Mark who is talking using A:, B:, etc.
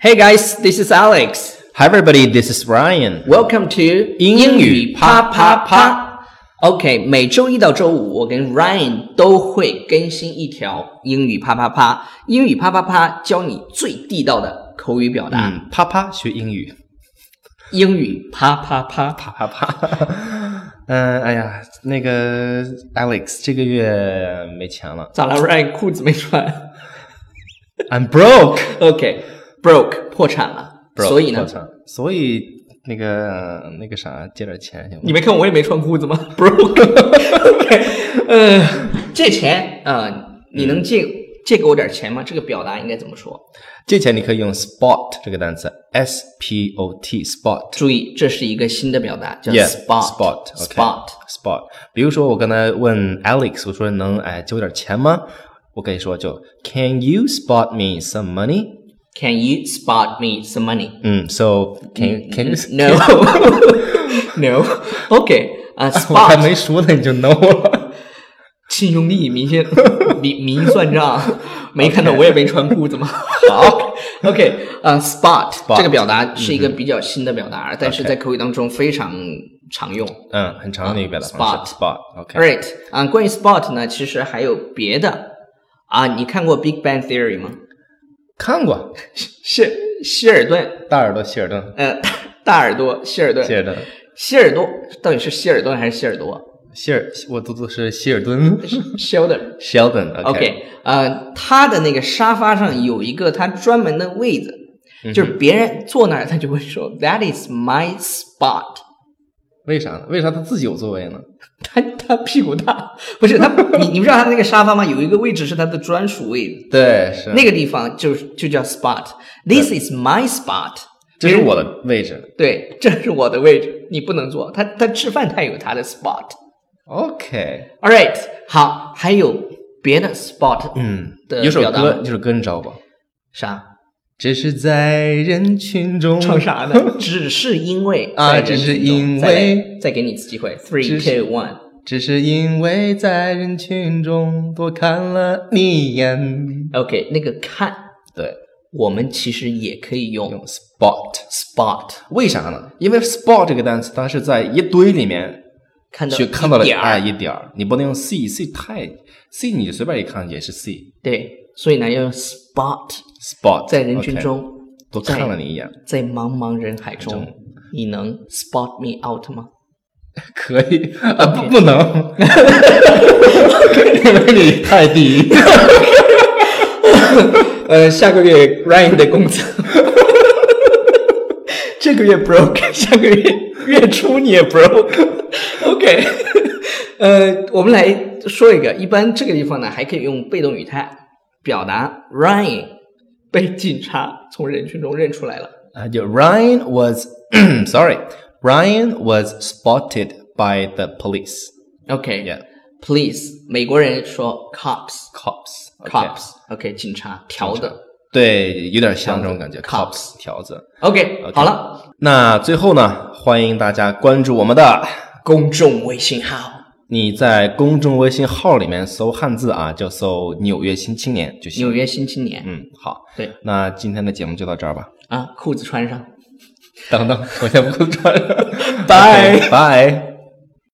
A: Hey guys, this is Alex.
B: Hi, everybody. This is Ryan.
A: Welcome to
B: 英语啪啪啪。
A: OK，每周一到周五，我跟 Ryan 都会更新一条英语啪啪啪。英语啪啪啪，教你最地道的口语表达。
B: 嗯，啪啪学英语，
A: 英语啪啪啪。
B: 啪啪 啪。嗯，哎呀，那个 Alex 这个月没钱了
A: 咋了，Ryan 裤子没穿
B: ，I'm broke，
A: ？OK，broke、破产了。
B: broke，
A: 所以呢
B: 破，产所以那个那个啥，借点钱行吗？
A: 你没看我也没穿裤子 吗？broke。OK，呃，借钱啊、呃你能借、
B: 嗯
A: 借给我点钱吗？这个表达应该怎么说？
B: 借钱你可以用 spot 这个单词，S P O T spot。
A: 注意，这是一个新的表达，叫
B: Yeah,
A: spot
B: spot, okay.
A: spot
B: spot，比如说我刚才问 Alex，我说能哎借我点钱吗？我可以说就 Can you spot me some money？
A: Can you spot me some money?
B: 嗯，So can can you
A: No, no. OK 啊、s p
B: 我还
A: o t
B: 没说呢，你就 no 了。
A: 亲兄弟，明 天明明算账，没看到我也没穿裤子吗？好，OK 啊、s p o t 这个表达是一个比较新的表达，但是在口语当中非常常用。
B: 嗯，很长的一个表达方式。Spot，OK，、
A: All right 啊、关于 spot 呢，其实还有别的啊，你看过《Big Bang Theory》吗？
B: 看过
A: 是希尔顿
B: 大耳朵希尔顿，
A: 呃，大大耳朵希尔顿，
B: 希尔顿，
A: 希尔多到底是希尔顿还是希尔多
B: 希尔，我读的是希尔 顿
A: ？Sheldon。
B: ，Sheldon，OK，、
A: OK，呃，他的那个沙发上有一个他专门的位子，就是别人坐那儿，他就会说 “That is my spot”。
B: 为啥呢？为啥他自己有座位呢？
A: 他他屁股大，不是他，你你不知道他那个沙发吗？有一个位置是他的专属位置，
B: 对，是
A: 那个地方就是就叫 spot。This is my spot。
B: 这是我的位置
A: 对，这是我的位置，你不能坐。他他吃饭他有他的 spot。
B: ，OK，
A: All right，好，还有别的 spot
B: 嗯，
A: 的
B: 有首
A: 表达
B: 歌，这首歌你知道不？
A: 啥？
B: 只是在人群中，
A: 唱啥呢？嗯只是因为
B: 啊
A: 在人
B: 只是
A: 群中
B: 因
A: 再来
B: 为
A: 再给你一次机会
B: 只
A: ，three
B: 是
A: two one。
B: 只是因为在人群中多看了你一眼。
A: OK，那个看，
B: 对，
A: 我们其实也可以用
B: 用 spot。
A: spot
B: 为啥呢？因为 spot 这个单词，它是在一堆里面
A: 看到
B: 去看到了
A: 一点儿，
B: 哎一点儿，你不能用 c c 太 c 你随便一看也是 c
A: 对，所以呢要用 spot
B: spot
A: 在人群
B: OK，
A: 中，
B: 多看了你一眼，
A: 在茫茫人海中，你能 spot me out 吗？
B: 可以 啊不不能， 因为你太低，
A: 呃，下个月 Ryan 的工资， 这个月 broke，下 个月月初你也 broke。OK，呃，我们来说一个，一般这个地方呢还可以用被动语态表达 Ryan 被警察从人群中认出来了。
B: 啊就 Ryan was sorry Ryan was spotted by the police Yeah.
A: OK，please，、美国人说 cops，cops，OK，、
B: cops
A: OK，警察调的。
B: 对，有点像这种感觉
A: Cops
B: cops 条子。
A: OK，, 好了，
B: 那最后呢，欢迎大家关注我们的。
A: 公众微信号。
B: 你在公众微信号里面搜汉字啊，就搜“纽约新青年”就行。
A: 纽约新青年，
B: 嗯，好，
A: 对
B: 那今天的节目就到这儿吧。
A: 啊，裤子穿上。
B: 等等，我先不穿了。
A: Bye
B: 拜。